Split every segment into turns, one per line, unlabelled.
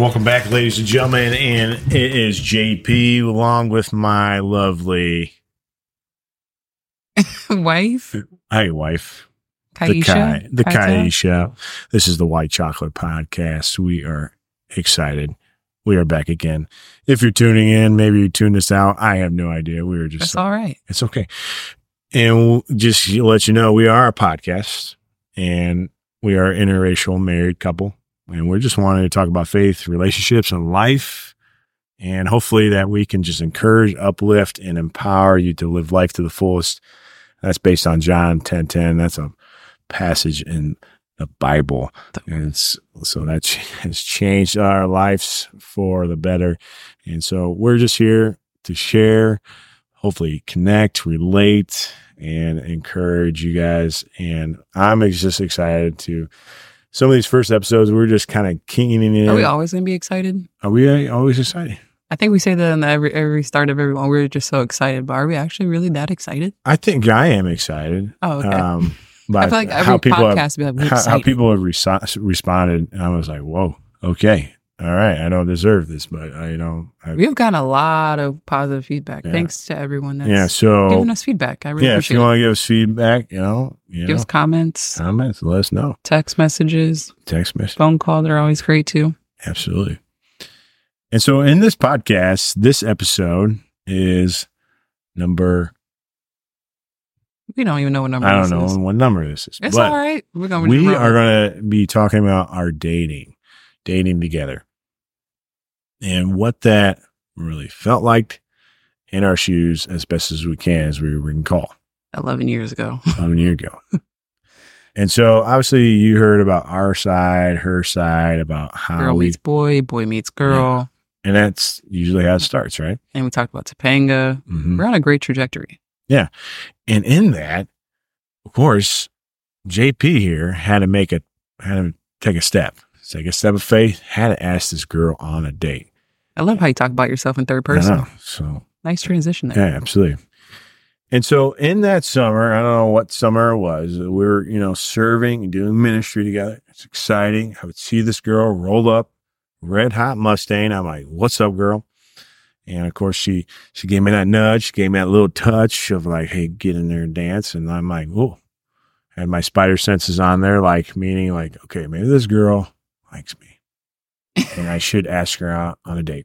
welcome back, ladies and gentlemen. And it is JP along with my lovely
Wife,
hey wife, the Kai,
Kaisha,
the
Kaita?
Kaisha. This is the White Chocolate Podcast. We are excited. We are back again. If you're tuning in, maybe you tuned us out. I have no idea. We were just
That's all right.
It's okay. And we'll just to let you know, we are a podcast and we are an interracial married couple. And we're just wanting to talk about faith, relationships, and life. And hopefully that we can just encourage, uplift, and empower you to live life to the fullest. That's based on John 10 10. That's a passage in the Bible. And it's, so that ch- has changed our lives for the better. And so we're just here to share hopefully connect, relate, and encourage you guys. And I'm just excited to some of these first episodes. We're just kind of keening in.
Are we always going to be excited?
Are we always excited?
I think we say that in the every, every start of everyone. We're just so excited, but are we actually really that excited?
I think I am excited.
Oh, okay.
Um, by
I feel like every
how people have,
podcast we have, we're
how, how
excited.
people have resi- responded, and I was like, whoa, okay, all right. I don't deserve this, but I, you know, I,
We've gotten a lot of positive feedback.
Yeah.
Thanks to everyone that's
yeah. So
giving us feedback. I really
yeah, if
appreciate
you
it.
want to give us feedback, you know, you
Give
know, Uh,
us comments,
comments, let us know.
text messages,
Text message.
phone calls are always great too.
Absolutely. And so in this podcast, this episode is number
We don't even know what number
I don't
this
know
is.
what number this is.
It's
but
all right. We're going
we are going to be talking about our dating, dating together. And what that really felt like in our shoes as best as we can as we recall.
11 years ago.
about a year ago. And so obviously you heard about our side, her side, about how
Girl
Uh, we
meets boy, boy meets girl.
and that's usually how it starts, right?
And we talked about Topanga.
Mm-hmm.
We're on a great trajectory.
And in that, of course, JP here had to make a had to take a step, take a step of faith, had to ask this girl on a date.
I love how you talk about yourself in third
I
person.
know, so
Nice transition there.
yeah, absolutely. And so in that summer, I don't know what summer it was, we were, you know, serving and doing ministry together. It's exciting. I would see this girl roll up, red hot Mustang. I'm like, what's up, girl? And of course she she gave me that nudge, she gave me that little touch of like, hey, get in there and dance. And I'm like, whoa. Had my spider senses on there, like meaning like, okay, maybe this girl likes me. and I should ask her out on a date.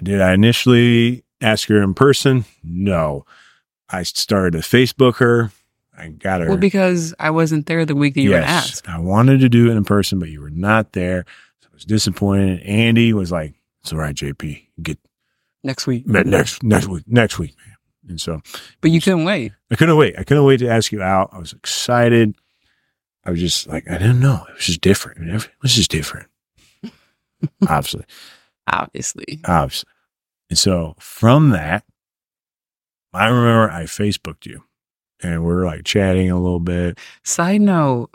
Did I initially ask her in person? No. I started to Facebook her. I got her.
Well, because I wasn't there the week that you were
Yes,
asked.
I wanted to do it in person, but you were not there. So I was disappointed. Andy was like, It's all right, JP. Get
Next week.
met next next week. Next week, man. And so
But you couldn't wait.
I couldn't wait. I couldn't wait to ask you out. I was excited. I was just like, I didn't know. It was just different. It was just different. Obviously.
Obviously.
Obviously. And so from that, I remember I Facebooked you and we were like chatting a little bit.
Side note,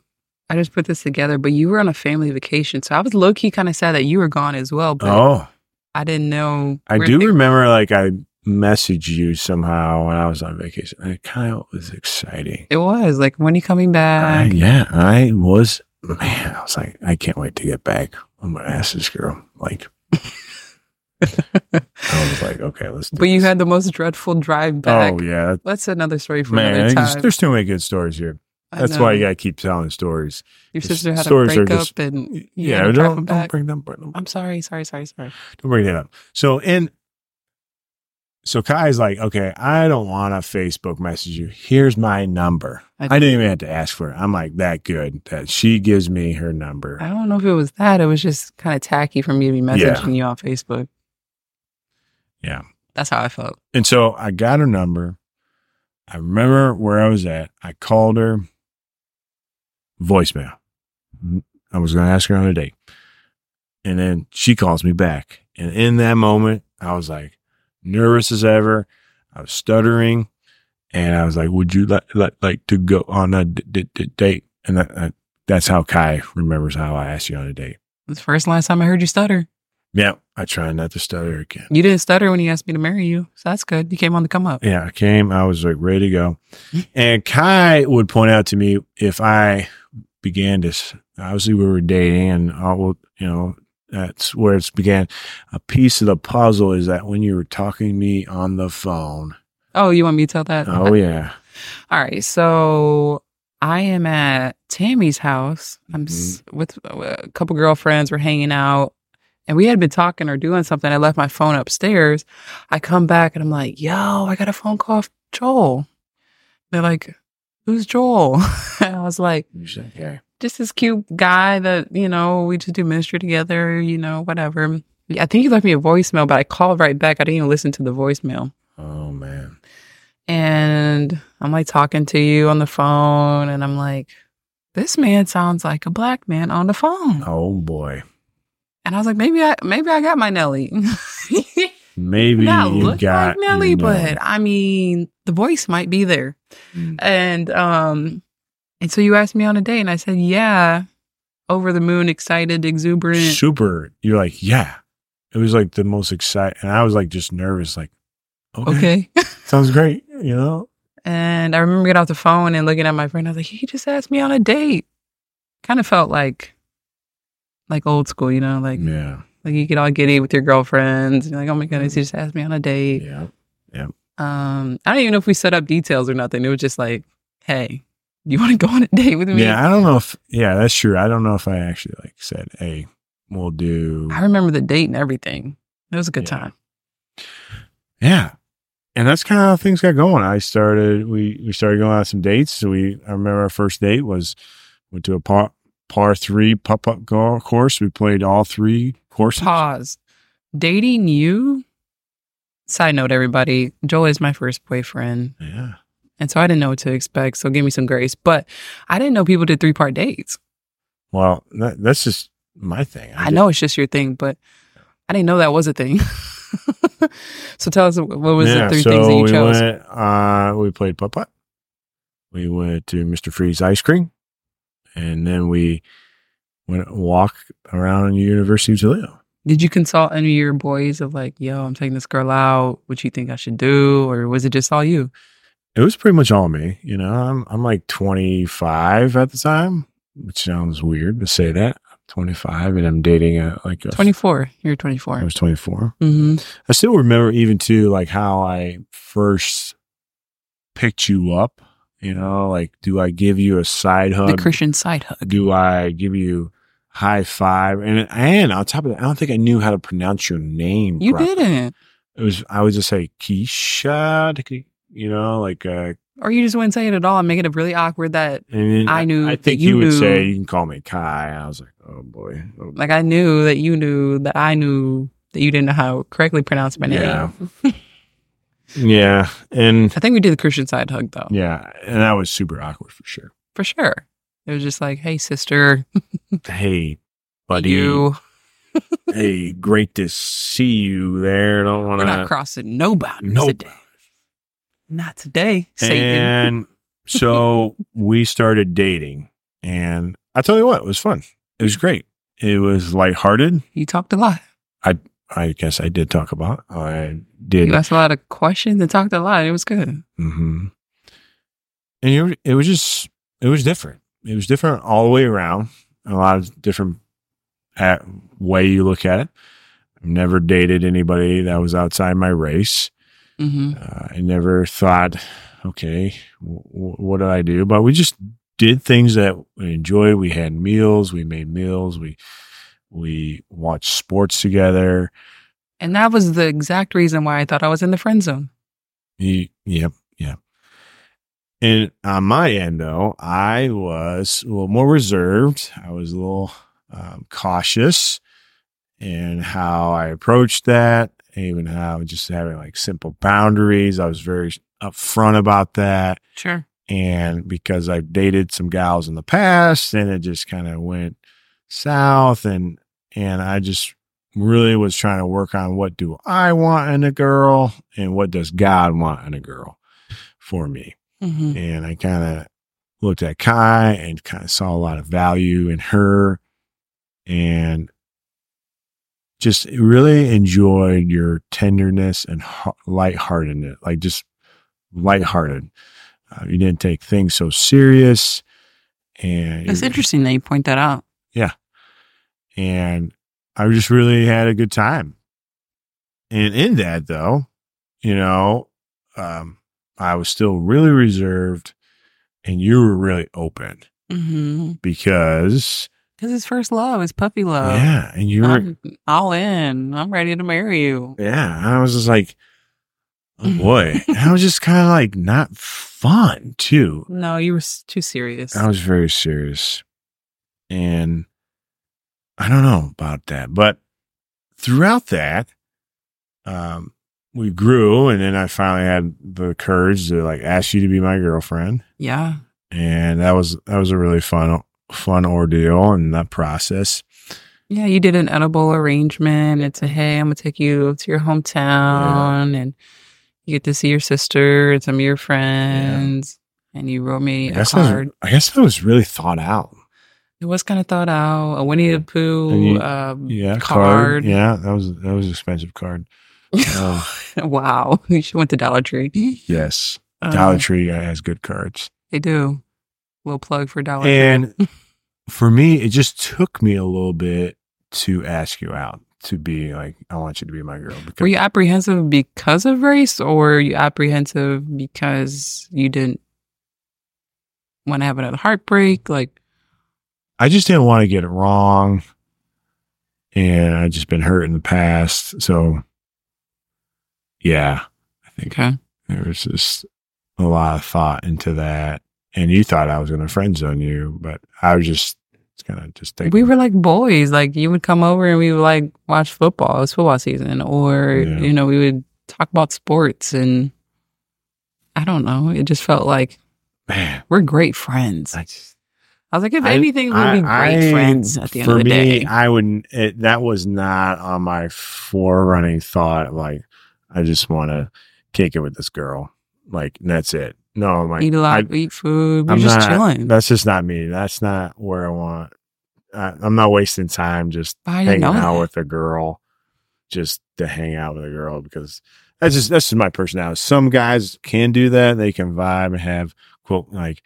I just put this together, but you were on a family vacation. So I was low key kind of sad that you were gone as well. But
Oh,
I didn't know.
I
where
do
to-
remember like I messaged you somehow when I was on vacation. And it kind of was exciting.
It was like, when are you coming
I-
back?
Uh, yeah, I was, man, I was like, I can't wait to get back. I'm going to ask this girl. Like, I was like, okay, let's do
but you
this.
had the most dreadful drive back.
Oh, yeah.
That's another story for
Man,
another
there's-
time.
there's too many good stories here.
I
That's why
know.
you got to keep telling stories.
your
the
sister had a
stories are
breakup
just-
and you
Yeah,
had to
don't,
drive
don't
them back.
bring them. Bring them
I'm sorry, sorry, sorry, sorry.
Don't bring that up. So and so Kai's like, okay, I don't want to Facebook message you. Here's my number.
I-
I, didn't even have to ask for it. I'm like that good that she gives me her number.
I don't know if it was that. It was just kind of tacky for me to be messaging you on Facebook.
Yeah.
That's how I felt.
And so I got her number. I remember where I was at. I called her voicemail. I was going to ask her on a date. And then she calls me back. And in that moment, I was like nervous as ever. I was stuttering. And I was like, would you like, like, like to go on a d- d- d- date? And that, that, that's how Kai remembers how I asked you on a date.
It was the first last time I heard you stutter.
Yeah. I try not to stutter again.
You didn't stutter when you asked me to marry you. So that's good. You came on the come up.
Yeah, I came. I was like ready to go.
Mm.
And Kai would point out to me if I began to, s- obviously, we were dating and all, you know, That's where it's began. A piece of the puzzle is that when you were talking to me on the phone.
Oh, you want me to tell that?
Oh yeah.
All right. So I am at Tammy's house. I'm s- with uh, a couple girlfriends. We're hanging out. And we had been talking or doing something. I left my phone upstairs. I come back and I'm like, yo, I got a phone call from Joel. They're like, who's Joel? and I was like,
You said, okay.
just this cute guy that, you know, we just do ministry together, you know, whatever. I think he left me a voicemail, but I called right back. I didn't even listen to the voicemail
Oh man.
and I'm like talking to you on the phone, and I'm like, this man sounds like a black man on the phone.
Oh boy.
And I was like, maybe I maybe I got my Nelly.
Maybe
Not
you
look
got
like Nelly,
your
but I mean, the voice might be there.
Nelly.
And um, and so you asked me on a date, and I said, yeah, over the moon, excited, exuberant.
super. You're like, yeah. It was like the most exciting, and I was like just nervous. Like, okay,
Okay.
sounds great. You know,
And I remember getting off the phone and looking at my friend. I was like, he just asked me on a date. Kind of felt like, like old school, you know, like
yeah,
Like you get all giddy with your girlfriends. and You're like, oh my goodness,
Mm-hmm.
you just asked me on a date.
yeah.
Um, I don't even know if we set up details or nothing. It was just like, hey, you want to go on a date with me?
yeah, I don't know if yeah, that's true. I don't know if I actually like said, "Hey, we'll do."
I remember the date and everything. It was a good
Yeah.
time.
Yeah, and that's kind of how things got going. I started we we started going on some dates. So we I remember our first date was went to a par par three putt putt golf course. We played all three courses.
Pause. Dating you. Side note, everybody, Joel is my first boyfriend.
Yeah,
And so I didn't know what to expect. So give me some grace. But I didn't know people did three part dates.
well, that, that's just my thing.
I know it's just your thing, but I didn't know that was a thing. so tell us what was the three things that you
we
chose?
Went, uh, we played putt putt. We went to Mr. Freeze Ice Cream, and then we went a walk around University of Toledo.
Did you consult any of your boys of like, yo, I'm taking this girl out. What you think I should do? Or was it just all you?
It was pretty much all me, you know. I'm I'm like 25 at the time, which sounds weird to say that. I'm 25 and I'm dating a like a
24. You're 24.
I was 24.
hmm
I still remember even too, like how I first picked you up. You know, like do I give you a side
The
hug?
Christian side hug.
do I give you high five? And and on top of that, I don't think I knew how to pronounce your name.
You
properly.
didn't.
It was I would just say Keisha, Dickie, you know, like uh,
Or you just wouldn't say it at all and make it really awkward that
and then
I knew
I
that
think
you
you would
knew.
say you can call me Kai. I was like, oh boy, oh,
like I knew that you knew that I knew that you didn't know how to correctly pronounce my name.
Yeah. yeah, and
I think we did the Christian side hug though.
yeah, and that was super awkward for sure.
For sure. It was just like, hey sister,
Hey, buddy,
you
hey, great to see you there. Don't want
we're not
to
crossing no boundaries
no
today. Not today, Satan.
And so we started dating. And I tell you what, it was fun. It was great. It was lighthearted.
you talked a lot.
I guess I did talk about. I did.
You asked a lot of questions and talked a lot. It was good.
hmm And you it was just, it was different. It was different all the way around. A lot of different at, way you look at it. I've never dated anybody that was outside my race.
Mm-hmm.
uh, I never thought, okay, w- what did I do? But we just did things that we enjoyed. We had meals. We made meals. We we watched sports together.
And that was the exact reason why I thought I was in the friend zone.
Ye- Yep, yeah. And on my end, though, I was a little more reserved. I was a little um, cautious in how I approached that, even how just having like simple boundaries. I was very upfront about that.
Sure.
and because I've dated some gals in the past and it just kind of went south and and I just really was trying to work on what do I want in a girl and what does God want in a girl for me.
Mm-hmm.
And I kind of looked at Kai and kind of saw a lot of value in her and just really enjoyed your tenderness and ha- lightheartedness, like just lighthearted. Uh, you didn't take things so serious. And
It's interesting that you point that out.
and I just really had a good time. And in that, though, you know, um, I was still really reserved and you were really open
Mm-hmm.
because,
Because his first love is puppy love.
yeah, and you were,
Uh, I'm all in. I'm ready to marry you.
yeah. And I was just like, oh boy. and I was just kind of like, not fun, too.
No, you were s- too serious.
I was very serious. And I don't know about that. But throughout that, um, we grew. And then I finally had the courage to like ask you to be my girlfriend.
yeah.
And that was, that was a really fun, fun ordeal and that process.
Yeah, you did an edible arrangement. It's a hey, I'm gonna take you to your hometown, and you get to see your sister and some of your friends. And you wrote me
I
a
guess, that was,
card.
I guess that was really thought out.
It was kind of thought out. A Winnie the Pooh
And you-
um,
Yeah.
card.
Yeah. That was, that was an expensive card. Um,
wow, you should went to Dollar Tree.
yes.
Uh,
Dollar Tree has good cards.
They do. Little plug for Dollar Tree.
And for me, it just took me a little bit to ask you out to be like, I want you to be my girl. Because
Were you apprehensive because of race, or were you apprehensive because you didn't want to have another heartbreak? Like,
I just didn't want to get it wrong. And I just been hurt in the past. So yeah, I think
okay.
there was just a lot of thought into that. And you thought I was going to friend zone you, but I was just kind of just thinking.
we were like boys. Like you would come over and we would like watch football. It was football season, or
Yeah.
you know, we would talk about sports and I don't know. It just felt like
man,
we're great friends. I
I just,
was like, if
I-
anything, we'd be great
I-
friends at the end
for
of the
me,
day.
I wouldn't. It, that was not on my forerunning thought. Like, I just want to kick it with this girl. Like, and that's it. No, I'm like,
eat a lot,
I-
eat food. We're
I'm
just
not-
chilling.
that's just not me. That's not where I want. I, I'm not wasting time just
But I didn't
hanging
know
out
that.
with a girl, just to hang out with a girl because that's just that's just my personality. Some guys can do that; they can vibe and have quote like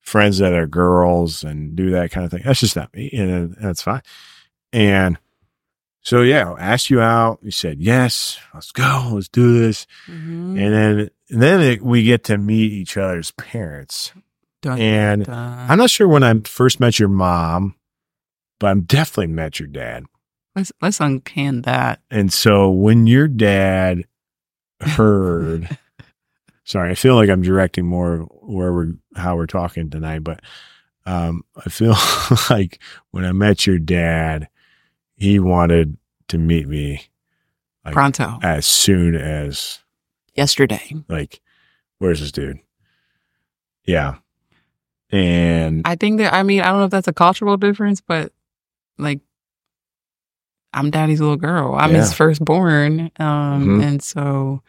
friends that are girls and do that kind of thing. That's just not me, and that's fine. And so, yeah, I asked you out. You said yes. Let's go. Let's do this.
Mhm.
And then, and then it, we get to meet each other's parents.
Mm-hmm. Dun,
and
dun.
I'm not sure when I first met your mom, but I'm definitely met your dad.
let's let's uncan that.
And so when your dad heard, sorry, I feel like I'm directing more of where we're how we're talking tonight, but um, I feel like when I met your dad, he wanted to meet me Like-
Pronto.
as soon as
Yesterday.
like, where's this dude? Yeah, and
I think that I mean I don't know if that's a cultural difference, but like I'm daddy's little girl. I'm his
Yeah.
firstborn, um,
Mhm.
and so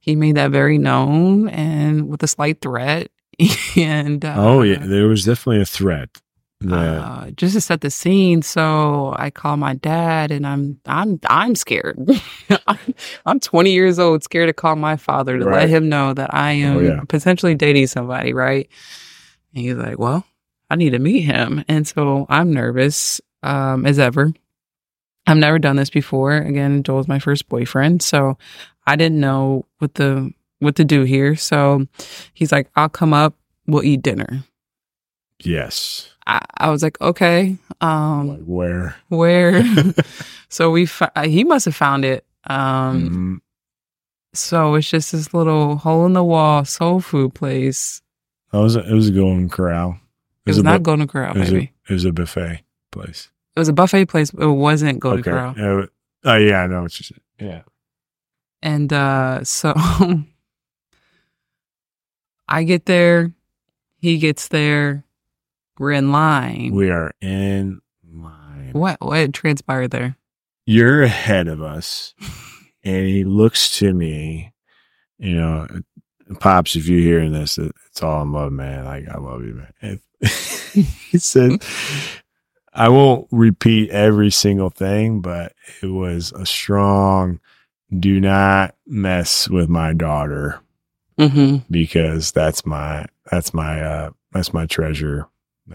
he made that very known and with a slight threat. and uh,
oh yeah, there was definitely a threat. that-
uh, just to set the scene. So I call my dad, and I'm I'm I'm scared. I'm, I'm 20 years old, scared to call my father to
Right.
let him know that I am
Oh, yeah.
potentially dating somebody, right? And he's like, "Well, I need to meet him," and so I'm nervous um, as ever. I've never done this before. Again, Joel's my first boyfriend, so I didn't know what the what to do here. So he's like, "I'll come up. We'll eat dinner."
yes,
I, I was like, "Okay." Um,
like where?
where so we fi- uh, he must have found it um
Mhm.
so it's just this little hole in the wall soul food place
That was a, it was a golden corral.
it was
a
not
bu-
golden corral
it was, a,
baby
it was a buffet place.
it was a buffet place but it wasn't golden
okay.
corral
Uh, oh yeah, I know what you said. Yeah.
and uh so i get there he gets there we're in line
We are in line.
what what transpired there
You're ahead of us. and he looks to me, you know, Pops, if you're hearing this, it- it's all in love, man. Like, I love you, man. And he said, I won't repeat every single thing, but it was a strong do not mess with my daughter
mm-hmm.
because that's my that's my uh that's my treasure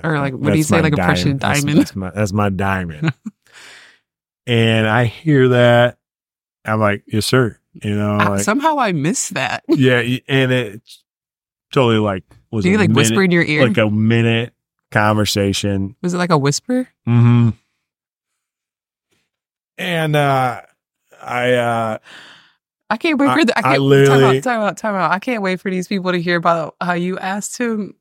Or like, what do you
That's
say,
my
like a precious
That's-
diamond?
that's my that's my diamond And I hear that. I'm like, yes, sir. You know,
I-
like,
somehow I missed that.
yeah. y- And it totally like was
Do you
a
like
minute-
whisper in your ear?
like a minute conversation.
was it like a whisper?
Mm-hmm. And uh, I uh,
I can't wait
I-
for the. I,
I
can't, time
literally-
out, time out, time out. I can't wait for these people to hear about how you asked him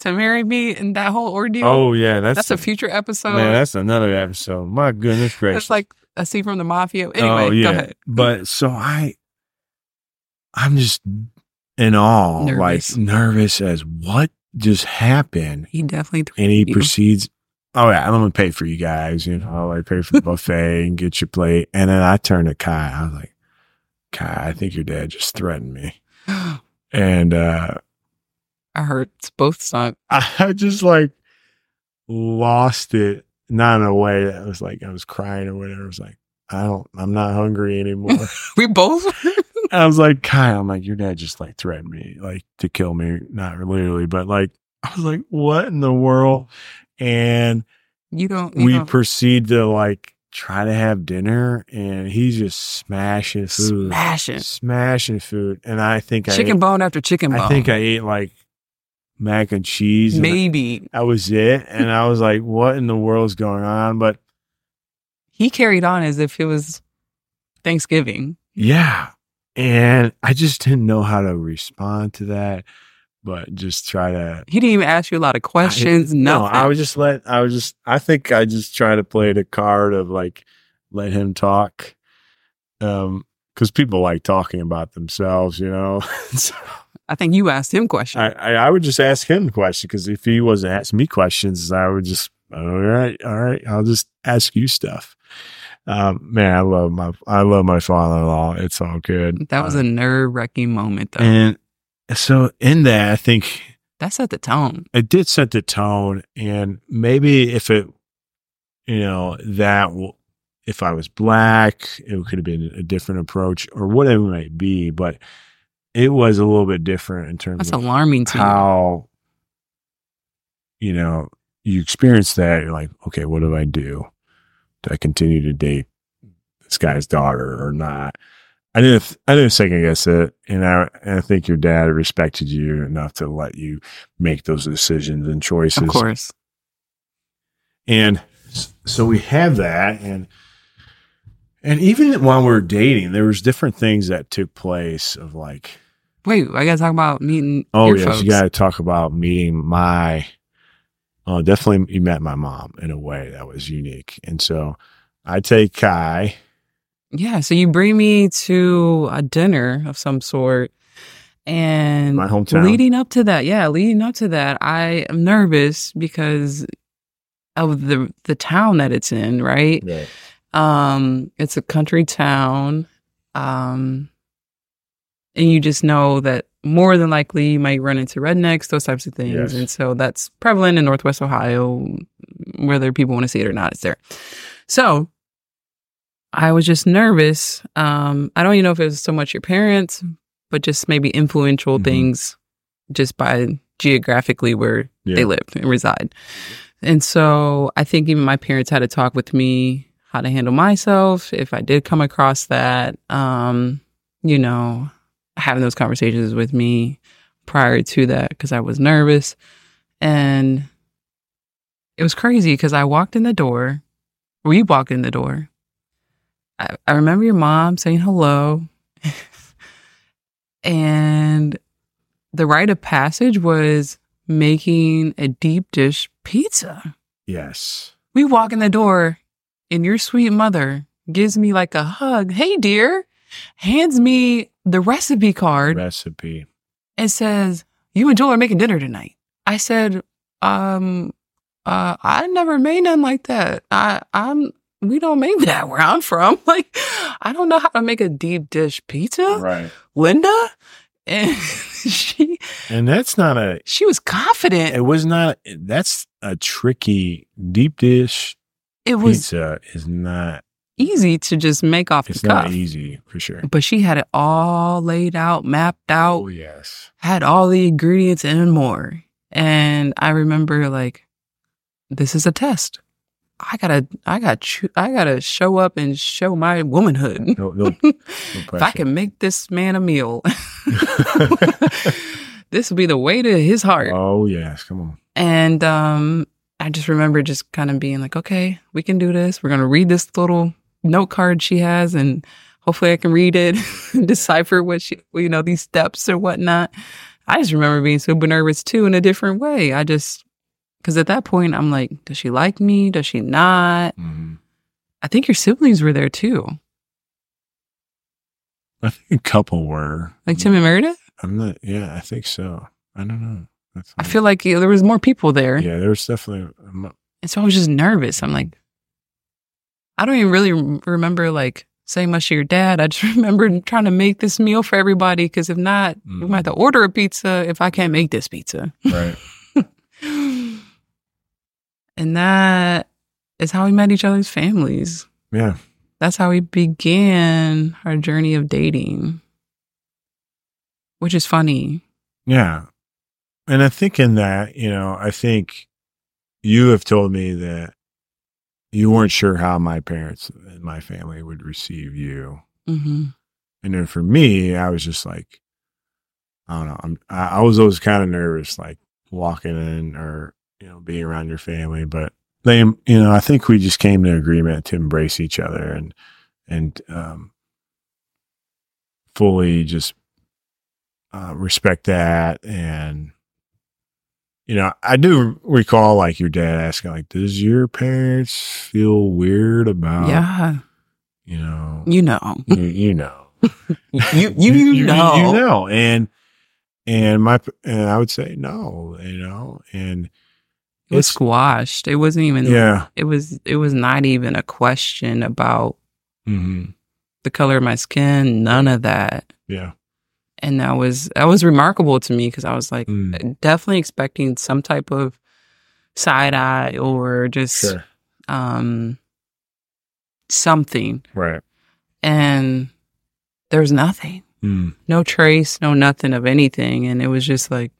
to marry me and that whole ordeal.
oh yeah, that's
that's a future episode.
man. That's another episode. My goodness gracious!
It's like a scene from the mafia. Anyway,
oh
go
yeah,
ahead.
but so I, I'm just in awe,
Nervous.
like nervous as what just happened.
He definitely.
And he
You.
proceeds, "Oh yeah, I'm gonna pay for you guys. You know, I pay for the buffet and get your plate." And then I turn to Kai. I was like, "Kai, I think your dad just threatened me."
I
And uh,
heard it's both sunk.
I just like lost it, not in a way that was like I was crying or whatever. I was like, I don't, I'm not hungry anymore.
We both.
I was like, Kyle, I'm like, your dad just like threatened me, like to kill me, not literally, but like, I was like, what in the world? And
you don't. You
we
don't
proceed to like try to have dinner, and he's just smashing food,
smashing
smashing food, and I think
chicken bone after chicken
I,
bone.
I think I ate like mac and cheese, and
maybe
that was it. And I was like, what in the world is going on? But
he carried on as if it was Thanksgiving.
yeah. And I just didn't know how to respond to that, but just try to.
He didn't even ask you a lot of questions.
I-
nothing.
I was just let, I was just, I think I just tried to play the card of like, let him talk. Um, cause people like talking about themselves, you know? so
I think you asked him questions.
I, I, I would just ask him the question. Cause if he wasn't asking me questions, I would just, all right, all right, I'll just ask you stuff. Um, man, I love my I love my father in law. It's all good.
That was a
Uh,
nerve wracking moment, though.
and so in that I think
that set the tone.
it did set the tone, and maybe if it, you know, that w- if I was black, it could have been a different approach or whatever it might be, but it was a little bit different in terms
That's
of
alarming to me.
how you know you experience that you're like okay what do i do do i continue to date this guy's daughter or not i didn't i didn't second guess it and i and i think your dad respected you enough to let you make those decisions and choices
Of course.
and s- so we have that and and even while we were dating there was different things that took place of like
Wait, I gotta talk about meeting
Oh
your
yes,
folks.
you got to talk about meeting my. Oh, definitely, you met my mom in a way that was unique, and so I take Kai.
yeah, so you bring me to a dinner of some sort, and
My hometown.
Leading up to that, yeah, leading up to that, I am nervous because of the the town that it's in, right?
Right.
Um, it's a country town. Um, and you just know that more than likely you might run into rednecks, those types of things.
Yes.
And so that's prevalent in Northwest Ohio, whether people want to see it or not, it's there. So I was just nervous. Um, I don't even know if it was so much your parents, but just maybe influential
Mhm.
things just by geographically where
Yeah.
they lived and reside. And so I think even my parents had to talk with me how to handle myself if I did come across that. Um, you know, having those conversations with me prior to that because I was nervous. And it was crazy because I walked in the door. We walked in the door. I, I remember your mom saying hello. and the rite of passage was making a deep dish pizza.
Yes.
We walk in the door, and your sweet mother gives me like a hug. Hey, dear. Hands me the recipe card
Recipe.
and says, You and Joel are making dinner tonight. I said, Um, uh, I never made nothing like that. I, I'm, we don't make that where I'm from. Like, I don't know how to make a deep dish pizza,
Right.
Linda. And she,
And that's not a.
she was confident.
It was not. That's a tricky deep dish
It was
pizza. Is not.
easy to just make off the
It's not
cuff.
easy for sure. Oh,
But she had it all laid out, mapped out,
yes.
had all the ingredients and more. And I remember like, this is a test. I gotta, I got, to I gotta show up and show my womanhood.
No, no,
if I can make this man a meal, this would be the way to his heart.
oh yes, come on.
And um, I just remember just kind of being like, okay, we can do this. We're going to read this little note card she has, and hopefully I can read it, decipher what she, you know, these steps or whatnot. I just remember being super nervous too in a different way. I just, because at that point, I'm like, does she like me? Does she not?
Mhm.
I think your siblings were there
I
too,
think Mm-hmm. a couple were
like Tim and Meredith.
I'm not. Yeah, I think so. I don't know. That's
I feel like you know, there was more people there.
Yeah, there was definitely. I'm not-
And so I was just nervous. I'm like, I don't even really rem- remember like saying much to your dad. I just remember trying to make this meal for everybody because if not, we might have to order a pizza if I can't make this pizza.
right.
and that is how we met each other's families.
Yeah.
That's how we began our journey of dating, which is funny.
Yeah. And I think in that, you know, I think you have told me that you weren't sure how my parents and my family would receive you.
hmm
And then for me, I was just like, I don't know. I'm, I, I was always kind of nervous, like walking in or, you know, being around your family. But they, you know, I think we just came to an agreement to embrace each other and, and, um, fully just, uh, respect that. And, you know, I do recall like your dad asking, like, does your parents feel weird
Uh-huh.
about,
yeah,
you know,
you know,
you, you know,
you you, you know,
you know and and my and i would say no you know and
it
it's-
was squashed. It wasn't even
yeah
it was it was not even a question about
hmm
the color of my skin none of that
yeah
and that was that was remarkable to me because i was like
Mm.
definitely expecting some type of side eye or just
sure
um something
right
and there was nothing
mm.
no trace no nothing of anything and it was just like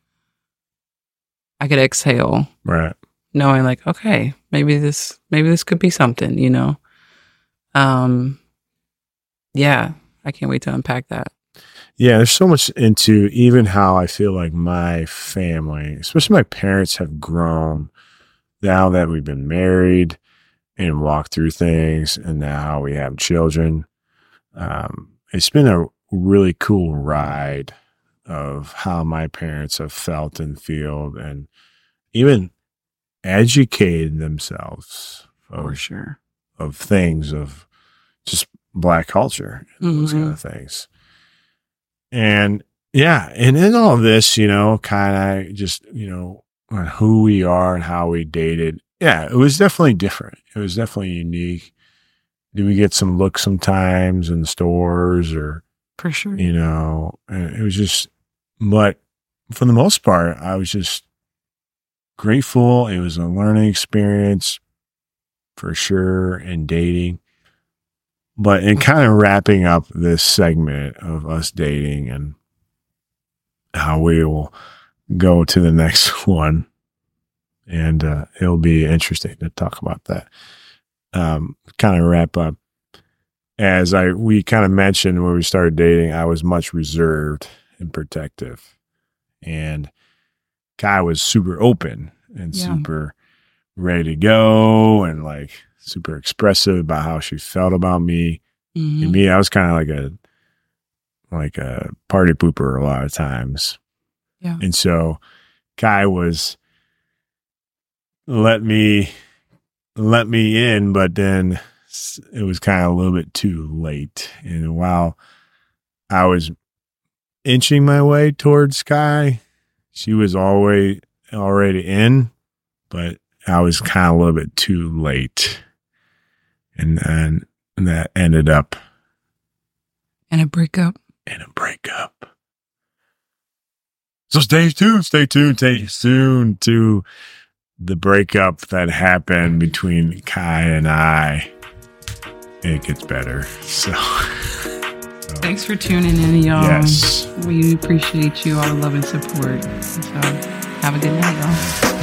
i could exhale
right
knowing like okay maybe this maybe this could be something you know um yeah i can't wait to unpack that
yeah there's so much into even how i feel like my family especially my parents have grown now that we've been married and walked through things and now we have children um, it's been a really cool ride of how my parents have felt and feel and even educated themselves of,
sure
of things of just black culture and those
Mhm.
kind of things and yeah and in all of this you know kind of just you know on who we are and how we dated yeah it was definitely different it was definitely unique do we get some looks sometimes in stores or
for sure
you know and it was just but for the most part i was just grateful it was a learning experience for sure and dating but in kind of wrapping up this segment of us dating and how we will go to the next one and uh, it'll be interesting to talk about that um, kind of wrap up as I we kind of mentioned when we started dating, I was much reserved and protective, and Kai was super open and
Yeah.
super ready to go and like super expressive about how she felt about me.
Mhm.
And me, I was kind of like a like a party pooper a lot of times.
Yeah.
And so Kai was let me let me in, but then s- it was kind of a little bit too late. And while I was inching my way towards Kai, she was always already in, but I was kind of a little bit too late. And and and that ended up
and a breakup
in a breakup. So stay tuned, stay tuned, stay soon to the breakup that happened between Kai and I. It gets better. So
thanks for tuning in y'all
yes.
we appreciate you all the love and support so have a good night y'all